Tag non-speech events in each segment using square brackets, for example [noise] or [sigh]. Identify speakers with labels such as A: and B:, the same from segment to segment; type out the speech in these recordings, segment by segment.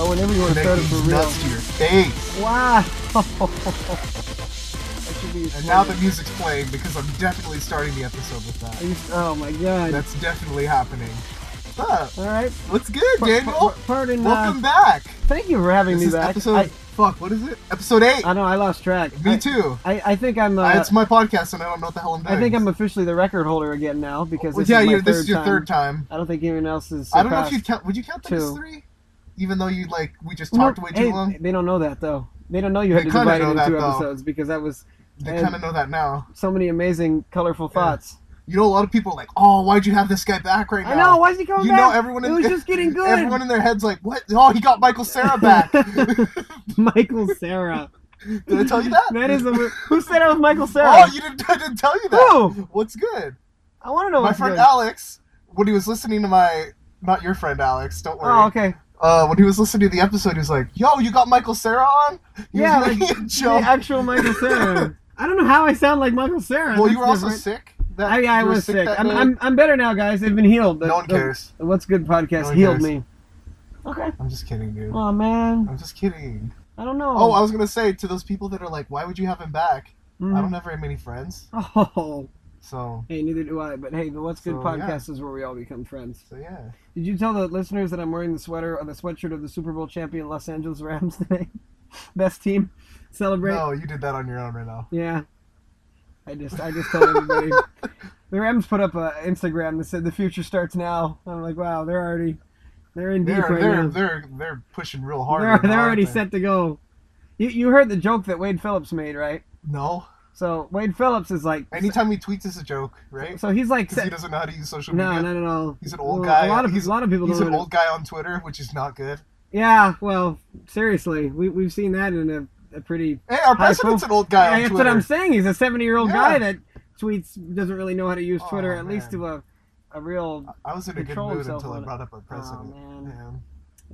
A: Oh, whenever you want to
B: Connect
A: start it for
B: these
A: real.
B: nuts to your face.
A: Wow. [laughs] that should be.
B: And now the music's playing because I'm definitely starting the episode with
A: I
B: that.
A: used- oh my god.
B: That's definitely happening. What's up?
A: All right.
B: What's good, Daniel?
A: Pardon.
B: Welcome
A: Uh,
B: back.
A: thank you for having
B: This
A: me
B: is
A: back.
B: episode.
A: I,
B: fuck, what is it? Episode 8.
A: I know I lost track. I-
B: Me too.
A: I, I think I'm. Uh,
B: Uh, it's my podcast and I don't know what the hell I'm doing.
A: I think I'm officially the record holder again now because
B: Well,
A: this
B: yeah,
A: is my
B: you're,
A: third
B: this is your
A: time.
B: third time.
A: I don't think anyone else is.
B: I don't know if you'd count. Would you count that as
A: Two.
B: three? Even though you like, we just
A: No,
B: talked way too
A: hey,
B: long.
A: They don't know that though. They don't know you had to
B: They kinda
A: divide it
B: know
A: into
B: that,
A: two
B: though.
A: episodes because that was
B: They
A: and-
B: kind of know that now.
A: so many amazing, colorful thoughts.
B: You know, a lot of people are like, oh, why'd you have this guy back right now?
A: I know. Why is he coming
B: You
A: back?
B: know, everyone
A: It
B: in
A: was
B: [laughs]
A: just getting good.
B: everyone in their heads like, what? Oh, he got Michael
A: [laughs]
B: Sarah back. [laughs] Did
A: Michael Sarah.
B: I tell you that?
A: That is
B: [laughs]
A: a, who said I was Michael Sarah?
B: Oh, you didn't. [laughs] I didn't tell you that.
A: Who?
B: What's good?
A: I want to know
B: my
A: what's
B: friend
A: good.
B: Alex, when he was listening to my, not your friend Alex, don't worry.
A: Oh, okay.
B: uh, when he was listening to the episode, he was like, "Yo, you got Michael Sarah on?" He
A: Yeah,
B: was
A: like,
B: making a
A: The
B: joke.
A: actual Michael Sarah. I don't know how I sound like Michael Sarah.
B: well,
A: That's
B: you were also
A: different.
B: sick. That,
A: I, yeah, I
B: you were
A: was sick.
B: that
A: I'm,
B: day?
A: I'm, I'm better now, guys. I've been healed. The-
B: no one
A: the-
B: cares.
A: the What's Good podcast
B: No one
A: healed
B: cares.
A: me. Okay.
B: I'm just kidding, dude.
A: Oh man,
B: I'm just kidding.
A: I don't know.
B: Oh, I was gonna say to those people that are like, "Why would you have him back?"
A: Mhm.
B: I don't have very many friends,
A: Oh,
B: so
A: hey, neither do I. But hey, the What's Good
B: So,
A: podcast is where we all become friends.
B: so yeah.
A: Did you tell the listeners that I'm wearing the sweater or the sweatshirt of the Super Bowl champion Los Angeles Rams [laughs] today? Best team, celebrate.
B: No, you did that on your own right now.
A: Yeah, I just I just told
B: [laughs]
A: everybody. the Rams put up a Instagram that said the future starts now. I'm like, wow, they're already they're in deep
B: They're
A: right
B: they're,
A: now.
B: they're they're pushing real hard.
A: They're,
B: right now,
A: they're already
B: aren't they?
A: set to go. You, you heard the joke that Wade Phillips made, right?
B: No,
A: So Wade Phillips is like,
B: anytime he tweets is a joke, right?
A: so he's like,
B: Because he
A: set,
B: doesn't know how to use social
A: no,
B: media.
A: not at all.
B: He's an old
A: Well,
B: guy.
A: A lot of
B: he's
A: a lot of people
B: he's
A: don't.
B: an
A: know.
B: old guy on Twitter, which is not good.
A: Yeah, well, seriously, we we've seen that in a, a pretty.
B: Hey, our
A: High
B: president's
A: prof-
B: an old guy
A: Yeah,
B: on
A: that's
B: Twitter.
A: what I'm saying. He's a 70 year old
B: Yeah.
A: guy that tweets doesn't really know how to use
B: Aw,
A: Twitter, at least
B: man.
A: to a a real.
B: I was in a good
A: Control
B: mood
A: himself
B: until I
A: on it.
B: brought up our
A: Oh
B: president.
A: man,
B: Man.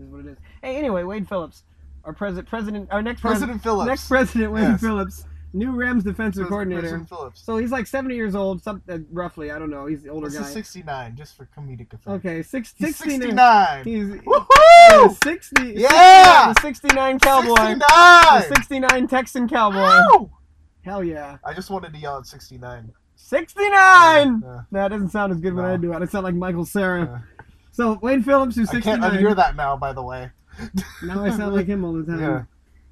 A: is what it is. Hey, anyway, Wade Phillips, our president, president, our next president,
B: President Phillips.
A: next president, Wade
B: Yes.
A: Phillips, new Rams defensive
B: Pres-
A: coordinator.
B: President Phillips.
A: So he's like 70 years old, something roughly. I don't know. He's the older
B: This
A: guy.
B: is 69, just for comedic effect.
A: okay, six,
B: He's
A: 69.
B: 69.
A: He's
B: Woohoo!
A: he's 60.
B: Yeah!
A: The 69 Cowboy.
B: 69!
A: The 69 Texan Cowboy.
B: Ow!
A: Hell yeah.
B: I just wanted to yell at 69.
A: 69!
B: Yeah,
A: That doesn't sound as good when I
B: No.
A: do it. I sound like Michael Sarah.
B: yeah.
A: So Wayne Phillips, who's
B: I can't
A: 69.
B: unhear that now, by the way.
A: Now I sound like him all the time.
B: Yeah.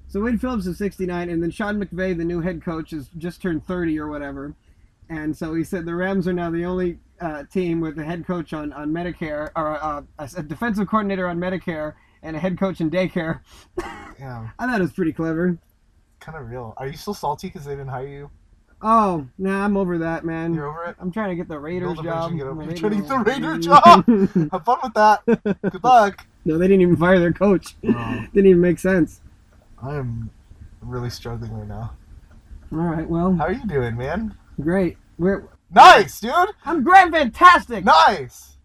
A: So Wade Phillips is 69, and then Sean McVay, the new head coach, has just turned 30 or whatever. And so he said the Rams are now the only uh, team with a head coach on, on Medicare, or uh, a, a defensive coordinator on Medicare, and a head coach in daycare.
B: Yeah,
A: I thought it was pretty clever.
B: kind of real. Are you still salty because they didn't hire you?
A: Oh, nah, I'm over that, man.
B: You're over it?
A: I'm trying to get the Raiders
B: Build a bridge
A: job.
B: and get over
A: I'm a
B: it. Trying to get the
A: [laughs]
B: Raider
A: job.
B: Have fun with that. Good luck.
A: no, they didn't even fire their coach.
B: Oh.
A: [laughs] Didn't even make sense.
B: I am really struggling right now.
A: All right, well,
B: How are you doing, man?
A: great. We're,
B: Nice, dude!
A: I'm great, fantastic.
B: Nice!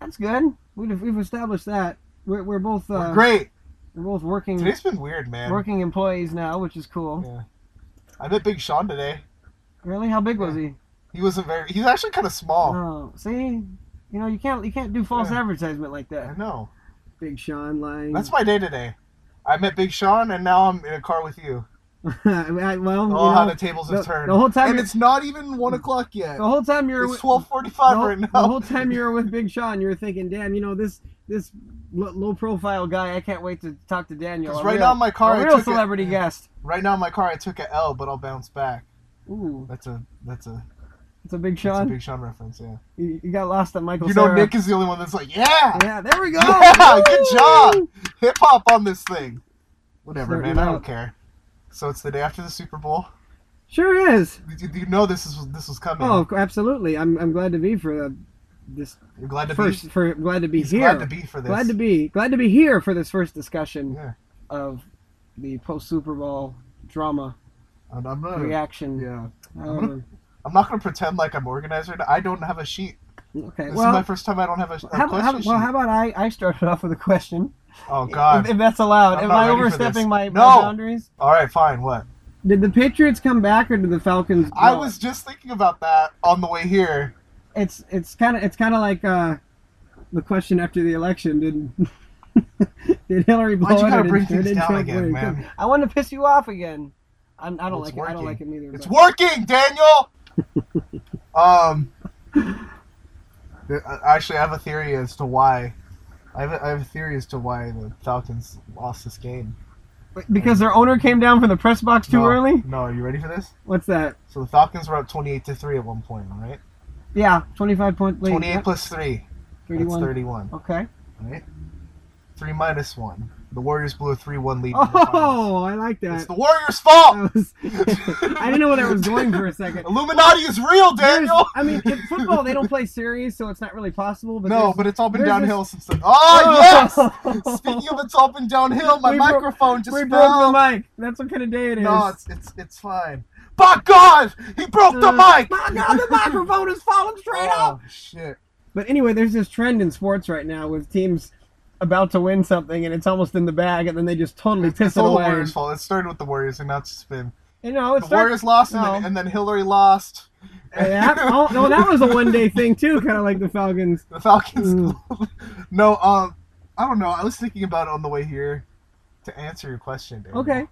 A: That's good. We've, we've established that. We're, we're both uh, mm.
B: We're
A: we're,
B: great.
A: both working
B: Today's been weird, man.
A: working employees now, which is cool.
B: Yeah. I met Big Sean today.
A: Really? How big was he?
B: He wasn't very. He's actually kind of small.
A: Oh, see, you know you can't you can't do false
B: Yeah.
A: advertisement like
B: I
A: that.
B: know.
A: Big Sean lying.
B: That's my day today. I met Big Sean, and now I'm in a car with you.
A: I mean, [laughs] I- well, you
B: Oh, how
A: know,
B: the tables
A: the,
B: have turned.
A: the whole time
B: and
A: you're-
B: it's not even one o'clock yet.
A: the whole time you're
B: It's
A: with,
B: twelve
A: the,
B: forty-five
A: whole-
B: right now.
A: the whole
B: [laughs]
A: time you were with Big Sean, you were thinking, damn, you know this this l- low profile guy. I can't wait to talk to Daniel.
B: 'Cause
A: a
B: right
A: real,
B: now in my car,
A: a
B: I
A: real
B: took
A: celebrity
B: it,
A: guest.
B: Right now in my car, I took a L, but I'll bounce back.
A: Ooh,
B: That's a that's a,
A: it's a Big
B: that's a
A: Sean.
B: Big Sean reference. Yeah.
A: you, you got lost at Michael.
B: you know,
A: Cera.
B: Nick is the only one that's like, yeah,
A: Yeah, there we go.
B: [laughs] Yeah, good
A: Woo!
B: job. hip hop on this thing. Whatever,
A: Starting
B: man. I don't
A: out.
B: care. So it's the day after the Super Bowl.
A: Sure is.
B: You, you know this is this was coming.
A: Oh, absolutely. I'm, I'm glad to be for the, this
B: You're glad to
A: first.
B: be
A: For glad to be
B: He's
A: here.
B: glad to be for this.
A: Glad to be glad to be here for this first discussion
B: Yeah.
A: of the post Super Bowl drama
B: I'm, I'm not.
A: reaction.
B: Oh, Yeah. Uh-huh.
A: Um,
B: I'm not gonna pretend like I'm organized right now. I don't have a sheet.
A: okay.
B: This
A: Well,
B: is my first time. I don't have a, a
A: how,
B: question
A: how,
B: sheet.
A: well, how about I, I started off with a question?
B: oh God.
A: If, if that's allowed.
B: I'm
A: Am
B: not
A: I
B: ready for
A: overstepping
B: this.
A: my, my
B: No.
A: boundaries?
B: All right, fine. What?
A: Did the Patriots come back or did the Falcons?
B: I
A: blow it?
B: was just thinking about that on the way here.
A: it's it's kind of it's kind of like uh, the question after the election did [laughs] did Hillary blow
B: Why'd you
A: it
B: gotta
A: or did-
B: bring
A: or
B: things
A: did
B: down
A: Trump
B: again,
A: win?
B: man?
A: I want to piss you off again. I'm, I don't
B: It's
A: like it. I don't
B: working.
A: like him either.
B: It's
A: but- [laughs]
B: working, Daniel. um, th- uh, actually, I have a theory as to why. I have a, I have a theory as to why the Falcons lost this game.
A: because their owner came down from the press box too
B: No,
A: early.
B: No, are you ready for this?
A: What's that?
B: So the Falcons were up twenty-eight to three at one point, right?
A: Yeah, 25 point lead.
B: Twenty-eight
A: Yep,
B: plus three. That's
A: 31.
B: thirty-one.
A: Okay.
B: Right. Three minus one. The Warriors blew a three-one lead. in the finals.
A: Oh, I like
B: it's
A: that.
B: the Warriors' fault.
A: [laughs] That was- [laughs] I didn't know where that was going for a second.
B: Illuminati is real,
A: There's-
B: [laughs] Daniel.
A: I mean, in football, they don't play series, so it's not really possible. But
B: no,
A: there's-
B: but it's all been
A: there's
B: downhill since then.
A: [laughs]
B: Oh, yes!
A: Oh.
B: Speaking of it's all been downhill, my
A: We bro-
B: microphone just
A: we
B: fell.
A: broke the mic. That's what kind of day it is.
B: no, it's, it's it's fine. By God! He broke the
A: Uh,
B: mic!
A: My God, the microphone is falling straight off.
B: Oh, shit.
A: But anyway, there's this trend in sports right now with teams about to win something and it's almost in the bag, and then they just totally piss
B: It's
A: it
B: all the
A: away.
B: Warriors' fault. It started with the Warriors and now it's just been.
A: You know, it
B: The
A: starts.
B: Warriors lost and, then,
A: no.
B: and then Hillary lost.
A: Yeah, oh, no, that was a one-day thing too, kind of like the Falcons.
B: The Falcons.
A: Mm.
B: [laughs] no, um, I don't know. I was thinking about it on the way here to answer your question, Daniel.
A: Okay,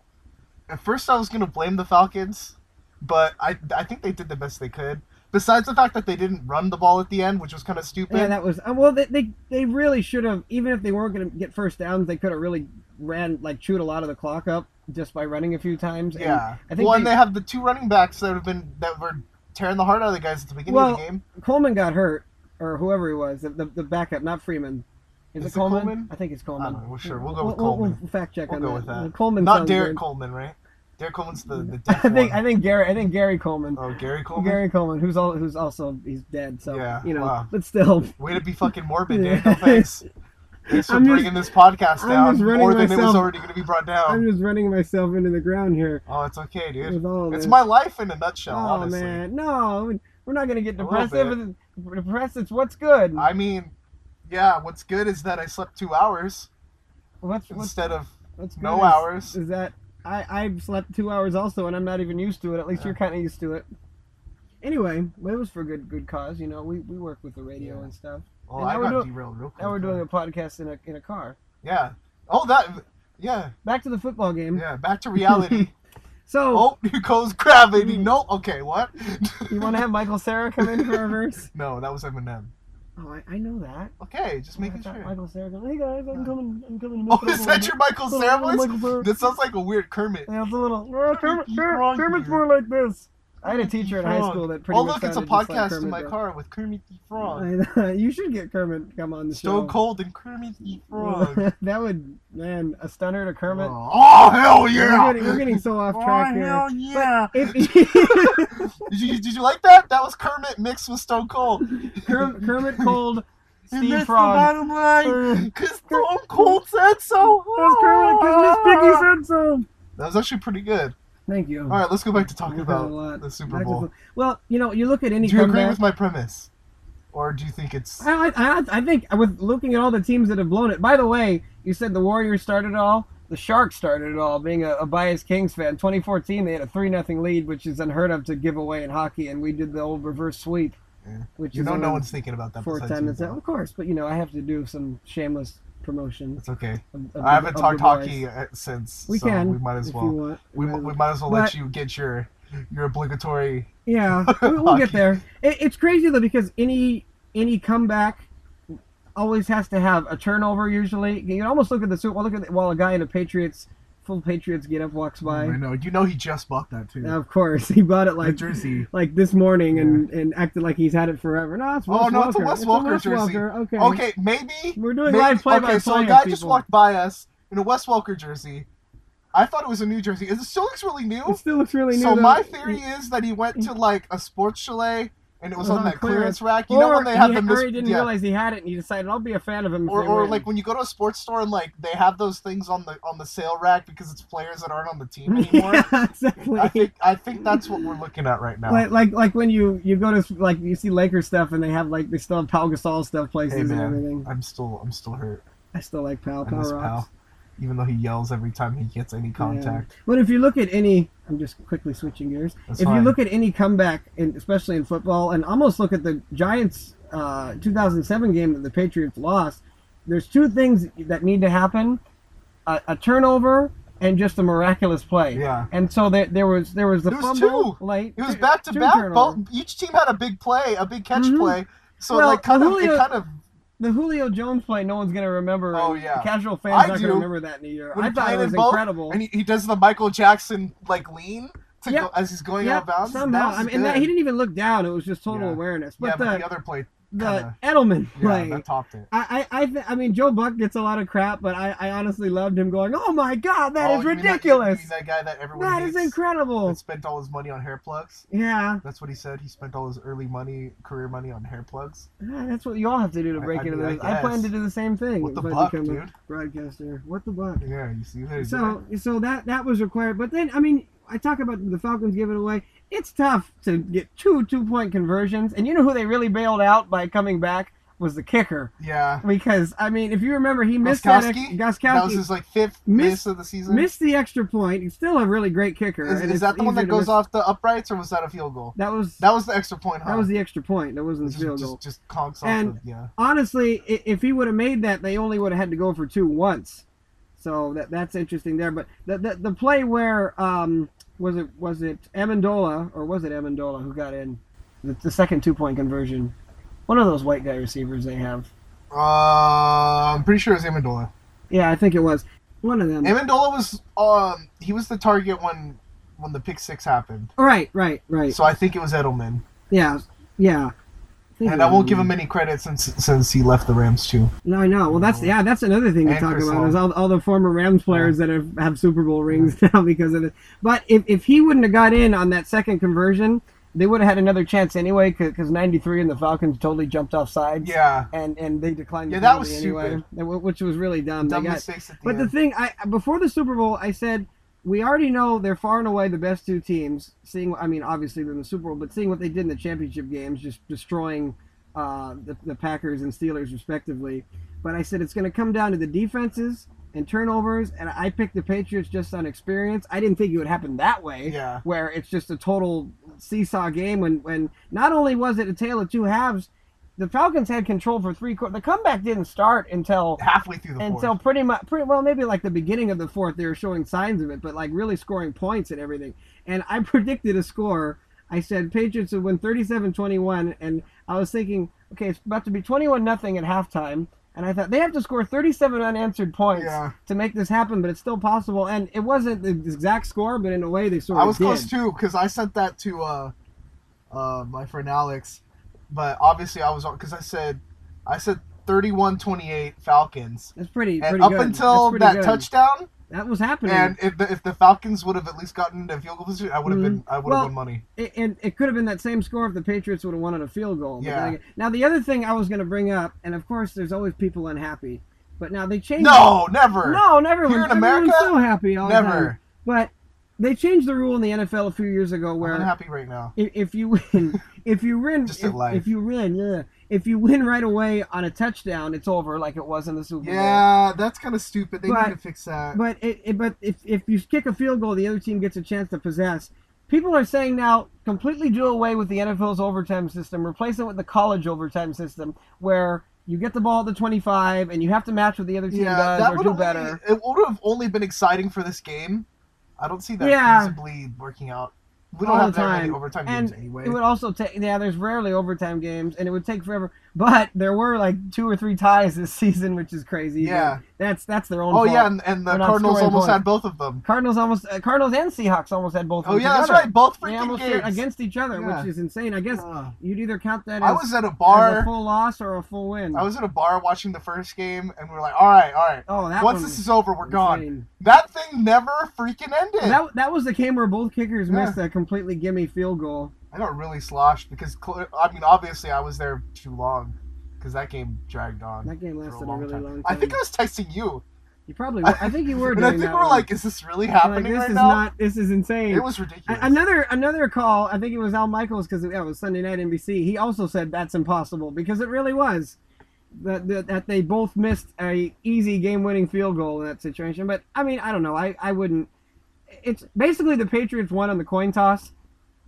B: At first, I was gonna blame the Falcons, but I I think they did the best they could. Besides the fact that they didn't run the ball at the end, which was kind of stupid.
A: yeah, that was uh, well. They, they they really should have, even if they weren't going to get first downs, they could have really ran like chewed a lot of the clock up just by running a few times. and
B: Yeah.
A: I think
B: well, and
A: they-
B: they have the two running backs that have been that were tearing the heart out of the guys at the beginning of the
A: Well,
B: game.
A: Coleman got hurt, or whoever he was, the, the, the backup, not Freeman. Is, it, Coleman? I think it's Coleman.
B: I don't know, we're sure. We'll go with Coleman.
A: We'll fact check
B: We'll
A: on
B: go
A: that.
B: with that.
A: Uh, Coleman
B: Not
A: sounds
B: Derek
A: good.
B: Coleman, right? Derek Coleman's the the
A: [laughs]
B: deaf
A: I think I
B: one.
A: think Gary I think Gary Coleman.
B: Oh, Gary Coleman.
A: Gary Coleman, who's all who's also he's dead, so
B: Yeah,
A: you know,
B: wow.
A: but still.
B: Way to be fucking morbid,
A: Yeah.
B: Daniel. Thanks.
A: [laughs]
B: Thanks for
A: I'm just-
B: bringing this podcast
A: I'm
B: down
A: just running
B: more than it was
A: myself-
B: already going to be brought down.
A: I'm just running myself into the ground here
B: Oh, it's okay, dude.
A: with all of
B: It's
A: this.
B: my life in a nutshell,
A: oh
B: honestly.
A: man, no, we're not gonna get
B: A little
A: depressive. Depressed, it's what's good.
B: I mean, yeah, what's good is that I slept two hours
A: what's what's
B: instead of
A: what's good
B: no
A: is,
B: hours.
A: Is that I I slept two hours also, and I'm not even used to it. At least
B: Yeah.
A: you're kind of used to it. Anyway, well, it was for good good cause. You know, we, we work with the radio
B: Yeah.
A: and stuff.
B: Well,
A: and
B: I
A: now we're
B: got
A: doing-
B: derailed real quick.
A: Now we're doing a podcast in a in a car.
B: Yeah. Oh, that. Yeah.
A: Back to the football game.
B: Yeah. Back
A: [laughs]
B: to reality.
A: So
B: oh, here goes gravity. No. Okay. What?
A: you want to have Michael Sarah come in for a verse?
B: [laughs] No, that was Eminem.
A: Oh, I, I know that.
B: Okay, just
A: I
B: making
A: thought
B: sure.
A: Oh, Michael Sarah goes, hey guys, I'm coming, I'm coming.
B: [laughs] Oh, is that your Michael Cera voice?
A: Michael Sarah.
B: That sounds like a weird Kermit.
A: Yeah, it's a little. Oh, Kermit,
B: Kermit's
A: Kermit,
B: wrong
A: Kermit's
B: here.
A: more like this. I had a
B: Kermit the
A: teacher in high
B: Frog.
A: school that pretty
B: Oh,
A: much
B: look, it's a
A: sounded just like
B: podcast in
A: Kermit
B: my
A: did.
B: car with Kermit the Frog.
A: [laughs] I- you should get Kermit to come on the show.
B: Stone Cold and Kermit
A: [laughs]
B: the Frog.
A: that would, man, a stunner to Kermit.
B: Oh, hell yeah!
A: We're getting, we're getting so off track
B: oh,
A: here.
B: hell yeah! [laughs]
A: If,
B: Did you, did you like that? That was Kermit mixed with Stone Cold.
A: [laughs] Kerm- Kermit Cold,
B: And
A: Steve
B: that's
A: Frog.
B: the bottom line.
A: That's [laughs]
B: Because Stone Cold said so.
A: Kermit, because Miss Piggy said so.
B: That was actually pretty good.
A: Thank you.
B: All right, let's go back to talking
A: We've had a
B: about
A: lot.
B: the
A: Back
B: Super
A: to
B: Bowl.
A: fo- Well, you know, you look at
B: Do
A: any
B: you agree
A: comeback-
B: with my premise? Or do you think it's.
A: I, I, I think with looking at all the teams that have blown it. By the way, you said the Warriors started it all. The Sharks started it all. Being a, a biased Kings fan, 2014 they had a three nothing lead, which is unheard of to give away in hockey, and we did the old reverse sweep,
B: Yeah.
A: which
B: You
A: is
B: know,
A: only
B: no one's thinking about that
A: four
B: besides you,
A: times.
B: though.
A: Of course, but you know I have to do some shameless promotion.
B: It's okay.
A: Of, of the-
B: I haven't
A: of the
B: talked
A: boys.
B: hockey uh, since.
A: We
B: so
A: can,
B: We might as
A: if you
B: well.
A: want.
B: We,
A: Might as
B: we
A: well.
B: might as well let
A: But-
B: you get your your obligatory. [laughs]
A: Yeah, we- we'll get
B: Hockey.
A: there. It, it's crazy though because any any comeback always has to have a turnover. Usually, you can almost look at the suit. Well, look at the, while a guy in a Patriots full Patriots get up walks by.
B: Oh, I know. You know he just bought that, too.
A: Now, of course, [laughs] he bought it
B: That
A: like
B: jersey.
A: [laughs] like this morning and and acted like he's had it forever. No, it's Wes
B: Oh, no, it's a
A: Welker.
B: Wes Welker jersey.
A: Welker. Okay.
B: Okay, maybe.
A: We're doing
B: Maybe-
A: live play by
B: okay,
A: play.
B: so a guy just walked by us in a Wes Welker jersey. I thought it was a new jersey. It still looks really new.
A: It still looks really new.
B: so
A: though.
B: my theory is that he went to like a sports chalet and it was on that clearance rack. You know
A: Oh, or
B: when they have
A: he,
B: the
A: or
B: mis-
A: he didn't
B: yeah.
A: realize he had it, and he decided I'll be a fan of him. if
B: or,
A: they
B: or
A: win." [laughs]
B: like when you go to a sports store and like they have those things on the on the sale rack because it's players that aren't on the team
A: [laughs]
B: anymore.
A: yeah, exactly.
B: I think I think that's what we're looking at right now.
A: Like, like like when you you go to like you see Lakers stuff and they have like they still have Pau Gasol stuff places
B: Hey,
A: and
B: man.
A: everything.
B: I'm still I'm still hurt.
A: I still like Pal.
B: I
A: Pal
B: miss
A: rocks.
B: Pal. even though he yells every time he gets any contact.
A: But if you look at any, I'm just quickly switching gears.
B: That's
A: if you
B: fine.
A: look at any comeback, in, especially in football, and almost look at the Giants' uh, 2007 game that the Patriots lost, there's two things that need to happen: a, a turnover and just a miraculous play.
B: Yeah.
A: And so there, there was there was the
B: There was
A: fumble
B: two.
A: late.
B: It was
A: two-
B: back to
A: two
B: back.
A: turnovers.
B: Both, each team had a big play, a big catch
A: Mhm.
B: play. So
A: Well,
B: like kind of,
A: Julio-
B: it kind of.
A: The Julio Jones play, no one's gonna remember.
B: Oh,
A: and
B: yeah.
A: Casual fans
B: I
A: not
B: do.
A: gonna remember that in a year.
B: When
A: I thought it
B: Tynan
A: was
B: Bolt-
A: incredible.
B: And he, he does the Michael Jackson like lean to
A: Yeah.
B: go, as he's going out
A: Yeah,
B: of bounds. That
A: somehow,
B: was
A: I mean, and
B: good.
A: that, he didn't even look down. It was just total
B: Yeah.
A: awareness.
B: yeah,
A: But
B: but
A: the,
B: the other play,
A: the
B: kinda-
A: Edelman
B: yeah,
A: play,
B: that topped it.
A: I, I, I, th- I mean, Joe Buck gets a lot of crap, but I, I honestly loved him going, "Oh my God, that
B: Oh,
A: is
B: you mean that- you
A: ridiculous!
B: mean That, guy that everyone
A: that is
B: hates
A: incredible!"
B: that spent all his money on hair plugs.
A: Yeah,
B: That's what he said. He spent all his early money, career money on hair plugs.
A: Yeah, ah, that's what you all have to do to
B: I-
A: break
B: I
A: into
B: mean, I
A: this. I, plan
B: guess.
A: to do the same thing.
B: What the
A: if I
B: fuck,
A: become a
B: dude?
A: broadcaster. What the buck?
B: Yeah, you see that?
A: So, so that that was required. But then, I mean, I talk about the Falcons giving away. It's tough to get two two point conversions, and you know who they really bailed out by coming back was the kicker.
B: yeah,
A: Because I mean, if you remember, he missed that ex-
B: Gostkowski? that was
A: Gostkowski
B: his like fifth
A: Miss-
B: miss, of the season.
A: missed the extra point. He's still a really great kicker.
B: is,
A: and
B: is
A: it's
B: that the one
A: easy
B: that
A: to
B: goes
A: miss-
B: off the uprights, or was that a field goal?
A: That was that,
B: That was the extra point. Huh?
A: was the extra point. That wasn't the
B: just,
A: field
B: just-
A: goal.
B: just conks
A: And-
B: off. Of, yeah,
A: Honestly, i- if he would have made that, they only would have had to go for two once. So that that's interesting there. But the the, the play where um was it was it Amendola or was it Amendola who got in the, the second two point conversion? One of those white guy receivers they have.
B: uh, I'm pretty sure it was Amendola.
A: Yeah, I think it was one of them.
B: Amendola was um he was the target when when the pick six happened.
A: right, right, right.
B: So I think it was Edelman,
A: yeah, yeah. think
B: and
A: it
B: I
A: was
B: won't give
A: Edelman.
B: him any credit since since he left the Rams too.
A: No, I know. Well, that's yeah, that's another thing to
B: And
A: talk
B: Chris
A: about
B: Long.
A: is all, all the former Rams players that have, have Super Bowl rings [laughs] now because of it. But if, if he wouldn't have got in on that second conversion, they would have had another chance anyway because '93 and the Falcons totally jumped off sides
B: Yeah,
A: and and they declined. the
B: Yeah, that was
A: penalty anyway,
B: stupid.
A: that wa- which was really dumb.
B: dumb
A: they got,
B: mistakes at the
A: but
B: end.
A: the thing, I before the Super Bowl, I said we already know they're far and away the best two teams. Seeing, I mean, obviously they're in the Super Bowl, but seeing what they did in the championship games, just destroying uh, the, the Packers and Steelers respectively. But I said it's going to come down to the defenses and turnovers, and I picked the Patriots just on experience. I didn't think it would happen that way
B: yeah,
A: where it's just a total seesaw game when, when not only was it a tale of two halves, the Falcons had control for three quarters. The comeback didn't start until
B: halfway through the
A: until
B: fourth.
A: pretty much pretty well maybe like the beginning of the fourth they were showing signs of it, but like really scoring points and everything. And I [laughs] predicted a score. I said Patriots would win 37-21 and I was thinking, okay, it's about to be 21 nothing at halftime. And I thought they have to score 37 unanswered points
B: Yeah.
A: to make this happen, but it's still possible. And it wasn't the exact score, but in a way they sort of
B: I was
A: did.
B: close too because I sent that to uh, uh, my friend Alex, but obviously I was on because I said I said 31-28 Falcons,
A: That's pretty,
B: and
A: pretty
B: up
A: good. That's
B: until
A: pretty
B: that
A: good.
B: touchdown,
A: that was happening,
B: and if the, if the Falcons would have at least gotten into field goal position, I would have
A: Mhm.
B: been I would have
A: Well,
B: won money.
A: it, and it could have been that same score if the Patriots would have won on a field goal. But
B: Yeah.
A: then again- Now the other thing I was going to bring up, and of course there's always people unhappy, but now they changed.
B: No, never.
A: no, never.
B: Here in
A: Everyone's
B: America?
A: so happy all the time.
B: never.
A: But they changed the rule in the NFL a few years ago
B: I'm
A: where
B: unhappy right now.
A: if, if you
B: [laughs]
A: win, if you win,
B: Just
A: if,
B: in life.
A: if you win, yeah, if you win right away on a touchdown, it's over, like it was in the Super Bowl.
B: Yeah, that's kind of stupid. They
A: But-
B: need to fix that.
A: But it, it, but if, if you kick a field goal, the other team gets a chance to possess. People are saying now completely do away with the NFL's overtime system, replace it with the college overtime system, where you get the ball at the 25 and you have to match what the other team
B: that
A: does or
B: would
A: do
B: only-
A: better.
B: It would have only been exciting for this game. I don't see that
A: Yeah.
B: feasibly working out. We don't
A: All
B: have
A: the
B: that many
A: time.
B: overtime
A: And
B: games anyway.
A: It would also take yeah. There's rarely overtime games, and it would take forever. But there were like two or three ties this [laughs] season, which is crazy. but
B: Yeah.
A: that's that's their own.
B: Oh
A: fault.
B: yeah, and, and the
A: We're not
B: Cardinals
A: scoring
B: almost
A: points.
B: had both of them.
A: Cardinals almost uh, Cardinals and Seahawks almost had both. of
B: Oh
A: them
B: yeah, that's
A: together.
B: right. Both
A: They
B: freaking
A: almost did
B: games.
A: against each other,
B: Yeah.
A: which is insane. I guess
B: Ugh.
A: You'd either count that
B: I
A: as,
B: was at a
A: as a
B: bar.
A: full loss or a full win.
B: I was at a bar watching the first game, and we were like, "All right, all right.
A: oh, that one
B: Once
A: was
B: this is over, we're gone."
A: insane.
B: That thing never freaking ended.
A: That, that was the game where both kickers
B: Yeah.
A: missed a completely gimme field goal.
B: I got really sloshed because cl- I mean, obviously, I was there too long because that game dragged on.
A: That game
B: for
A: lasted
B: a
A: a,
B: long
A: really
B: time.
A: long time.
B: I think I was texting you.
A: you probably. Were. I think you were.
B: [laughs] And I
A: doing
B: think
A: that
B: we're
A: one.
B: like, is this really
A: You're like,
B: happening
A: this
B: right
A: is
B: now?
A: not. This is insane.
B: It was ridiculous.
A: A- Another another call. I think it was Al Michaels because yeah, it was Sunday night NBC. He also said that's impossible because it really was. that, that that they both missed a easy game-winning field goal in that situation. But I mean, I don't know. I I wouldn't. It's basically the Patriots won on the coin toss.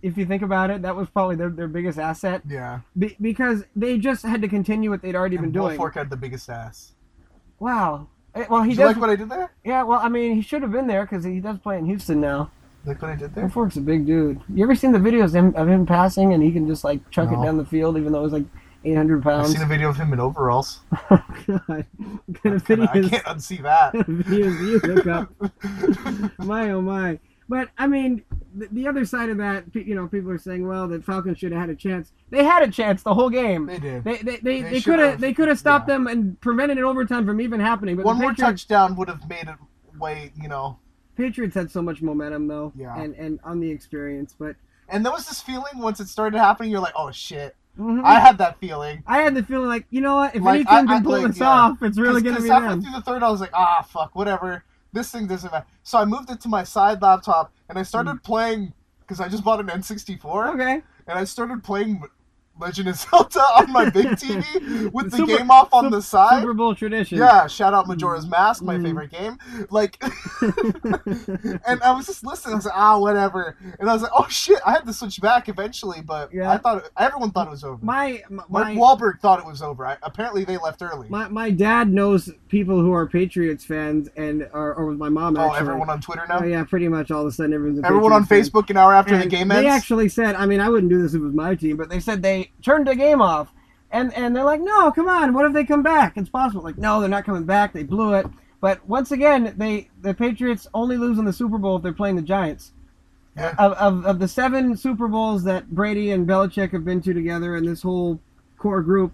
A: If you think about it, that was probably their, their biggest asset
B: Yeah.
A: be, because they just had to continue what they'd already been
B: and
A: doing.
B: Bullfork had the biggest ass.
A: Wow. Eh, Well, he
B: Did you
A: does.
B: like what I did there?
A: yeah. Well, I mean, he should have been there because he does play in Houston now.
B: Like what I did there?
A: Bullfork's a big dude. You ever seen the videos of him, of him passing and he can just like chuck
B: No.
A: it down the field even though he's like 800
B: I've
A: pounds?
B: seen a video of him in overalls.
A: [laughs] Oh
B: [laughs]
A: God! What kind of
B: I
A: videos,
B: can't unsee that. [laughs]
A: what kind of [laughs] videos do you look up? my oh my! But I mean, the, the other side of that, pe- you know, people are saying, well, the Falcons should have had a chance. They had a chance the whole game.
B: they did.
A: They they they,
B: They
A: they
B: should
A: could have
B: have.
A: they could have stopped
B: Yeah.
A: them and prevented an overtime from even happening. But
B: One
A: the
B: more
A: Patriots,
B: touchdown would have made it way, you know.
A: Patriots had so much momentum though,
B: Yeah.
A: and and on the experience. But
B: And there was this feeling once it started happening, you're like, oh shit.
A: Mhm.
B: I had that feeling.
A: I had the feeling like you know what if
B: Like,
A: any team
B: I- I-
A: can pull
B: like,
A: this
B: yeah.
A: off, it's really
B: Because
A: gonna be
B: halfway
A: them.
B: through the third, I was like, ah, fuck, whatever. This thing doesn't matter. So I moved it to my side laptop and I started playing because I just bought an N64
A: Hmm. Okay,
B: and I started playing Legend of Zelda on
A: [laughs]
B: my big TV with the
A: Super-
B: game off on
A: sup-
B: the side.
A: Super Bowl tradition.
B: Yeah, [laughs] shout out Majora's Mask, my
A: Mm.
B: favorite game. Like, [laughs] and I was just listening. I was like, ah, whatever. And I was like, oh shit, I had to switch back eventually, but
A: Yeah.
B: I thought it, everyone thought it was over.
A: [laughs] my my
B: Mark
A: my,
B: Wahlberg thought it was over. I, apparently, they left early.
A: my my dad knows people who are Patriots fans and are or with my mom
B: oh,
A: actually.
B: everyone on Twitter now.
A: Oh, yeah, pretty much all of a sudden everyone's a
B: Everyone on
A: Patriots fan.
B: Facebook an hour after the
A: And
B: game
A: They
B: ends.
A: actually said, I mean, I wouldn't do this if it was my team, but they said they turned the game off. And and they're like, no, come on, what if they come back? It's possible. Like, no, they're not coming back. They blew it. But once again, they the Patriots only lose in the Super Bowl if they're playing the Giants.
B: Yeah.
A: Of, of, of the seven Super Bowls that Brady and Belichick have been to together and this whole core group,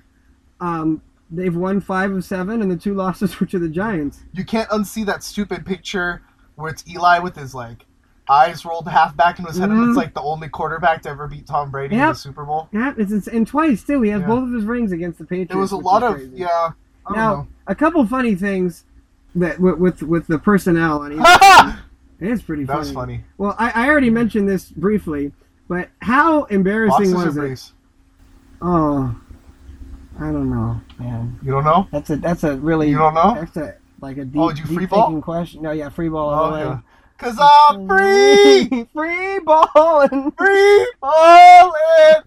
A: um, they've won five of seven, and the two losses [laughs] were to the Giants.
B: you can't unsee that stupid picture where it's Eli with his like eyes rolled half back in his head, and
A: Mhm.
B: it's like the only quarterback to ever beat Tom Brady in the
A: Yep.
B: Super Bowl.
A: Yeah, it's, it's, and twice, too. He has
B: Yeah.
A: both of his rings against the Patriots.
B: There was a
A: which
B: lot
A: is
B: of
A: crazy.
B: yeah. I don't
A: Now- [laughs]
B: know.
A: a couple funny things that with with, with the personnel on each.
B: that
A: it is pretty funny.
B: was funny.
A: Well, I, I already mentioned this briefly, but how embarrassing
B: Boxes or
A: was it?
B: briefs?
A: Oh, I don't know, man.
B: You don't know?
A: That's a that's a really
B: You don't know?
A: that's a like a deep,
B: Oh, did you
A: deep
B: free ball?
A: thinking question. No, yeah, free ball. all
B: Oh
A: the
B: yeah.
A: way.
B: Cause I'm free,
A: [laughs] free ball and [laughs]
B: [laughs] free falling.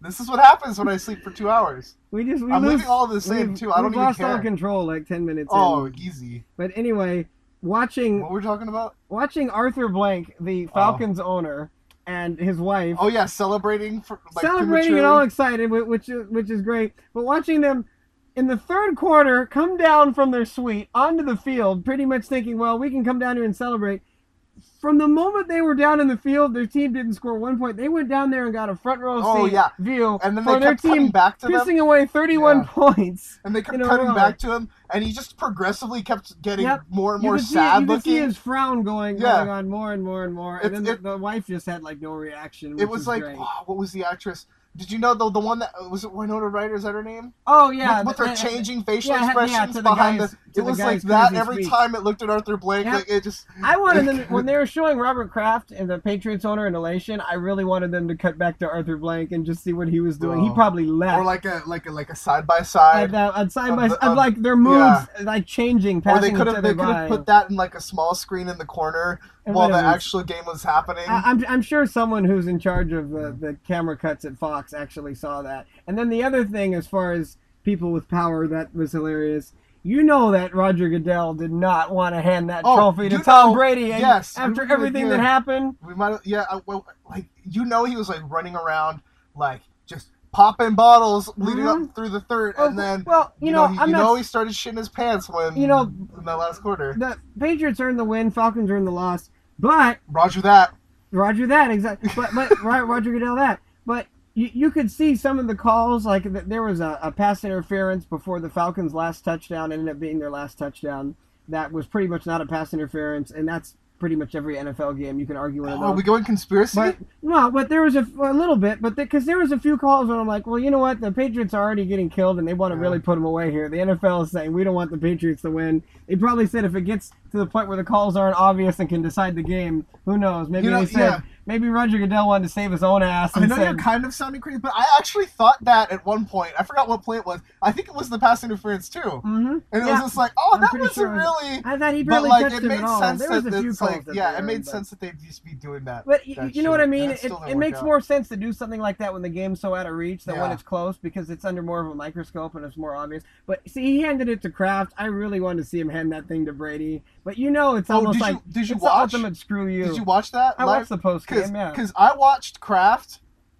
B: This is what happens when I sleep for two hours.
A: we just we
B: I'm
A: lose.
B: leaving all of this in
A: we've-
B: too. I don't
A: we've
B: even
A: lost all
B: care.
A: control like ten minutes
B: Oh,
A: in.
B: easy.
A: But anyway, watching
B: What we're talking about?
A: watching Arthur Blank, the Falcons owner, and his wife
B: Oh yeah, celebrating for like
A: celebrating
B: prematurely.
A: and all excited, whi- which is, which is great. But watching them in the third quarter come down from their suite onto the field, pretty much thinking, well, we can come down here and celebrate. From the moment they were down in the field, their team didn't score one point. They went down there and got a front row seat
B: Oh, yeah.
A: view
B: and then
A: for
B: they
A: their
B: kept cutting
A: team
B: back to them,
A: pissing away 31
B: Yeah.
A: points.
B: and they kept
A: in a
B: cutting
A: row.
B: back to him, and he just progressively kept getting
A: Yep.
B: more and
A: you
B: more
A: could see-
B: sad
A: you could see,
B: looking.
A: his frown going,
B: Yeah.
A: going on more and more and more. And
B: It's-
A: then
B: it-
A: the, the wife just had like no reaction. which
B: it was
A: is
B: like,
A: great.
B: oh, what was the actress? Did you know the the one that was it Winona Ryder? Is that her name?
A: Oh yeah,
B: with, with her
A: th- th-
B: changing facial
A: yeah, yeah, to
B: expressions
A: the
B: behind
A: guys-
B: the.
A: to the
B: It was like
A: guys'
B: that
A: crazy
B: every
A: speech.
B: time it looked at Arthur Blank.
A: Yep.
B: Like it just.
A: I wanted
B: [laughs]
A: them when they were showing Robert Kraft and the Patriots owner in elation. I really wanted them to cut back to Arthur Blank and just see what he was doing. He
B: Well,
A: probably left.
B: Or like a like a like a side by
A: Like
B: side.
A: that, on side by
B: of the-
A: side,
B: of-
A: like their moves, like changing,
B: Or
A: passing
B: they
A: each
B: could have
A: other
B: they could
A: by.
B: have put that in like a small screen in the corner
A: It
B: while the
A: would've-
B: actual game was happening.
A: I, am I'm sure someone who's in charge of the, the camera cuts at Fox actually saw that. And then the other thing, as far as people with power, that was hilarious. You know that Roger Goodell did not want to hand that
B: Oh,
A: trophy to
B: you
A: Tom
B: know-
A: Brady and
B: yes, we
A: after
B: were gonna
A: everything that
B: hear-
A: happened.
B: We might have, yeah, I, well, like, you know, he was like running around, like, just popping bottles leading
A: Mhm.
B: up through the third,
A: Oh,
B: and then,
A: well, you, know,
B: he,
A: I'm
B: you
A: not
B: know, he started shitting his pants when,
A: You know-
B: in that last quarter.
A: the Patriots earned the win, Falcons earned the loss, but
B: Roger that.
A: Roger that exactly. But but [laughs] Ro- Roger Goodell that. But you, you could see some of the calls like th- there was a, a pass interference before the Falcons' last touchdown ended up being their last touchdown. That was pretty much not a pass interference, and that's pretty much every NFL game you can argue one of
B: Oh,
A: those.
B: we going conspiracy?
A: But no, but there was a, a little bit, but because there was a few calls where I'm like, well, you know what, the Patriots are already getting killed, and they want to
B: Yeah.
A: really put them away here. The NFL is saying we don't want the Patriots to win. They probably said if it gets to the point where the calls aren't obvious and can decide the game, who knows? Maybe
B: You know,
A: they said
B: yeah.
A: Maybe Roger Goodell wanted to save his own ass and
B: I know
A: said,
B: you're kind of sounding crazy, but I actually thought that at one point. I forgot what play it was. I think it was the pass interference too,
A: Mhm.
B: and it
A: Yeah.
B: was just like, oh,
A: I'm
B: that
A: pretty
B: wasn't
A: sure it was-
B: really.
A: I thought he
B: But
A: barely
B: like,
A: touched
B: it
A: him at
B: made
A: all.
B: sense
A: there was
B: that
A: a few
B: it's
A: calls
B: like,
A: that
B: yeah,
A: there,
B: it made
A: but-
B: sense that they'd just be doing that.
A: But you,
B: that
A: you know what
B: shit,
A: I
B: and
A: mean?
B: it
A: It,
B: still didn't
A: it
B: work
A: makes
B: out.
A: more sense to do something like that when the game's so out of reach than when
B: Yeah.
A: it's close because it's under more of a microscope and it's more obvious. But see, he handed it to Kraft. I really wanted to see him hand that thing to Brady. But you know, it's
B: Oh,
A: almost
B: did
A: like
B: you did you
A: it's
B: watch?
A: the ultimate screw you.
B: Did you watch that?
A: I
B: live?
A: watched the post
B: Because
A: game, yeah.
B: I watched Kraft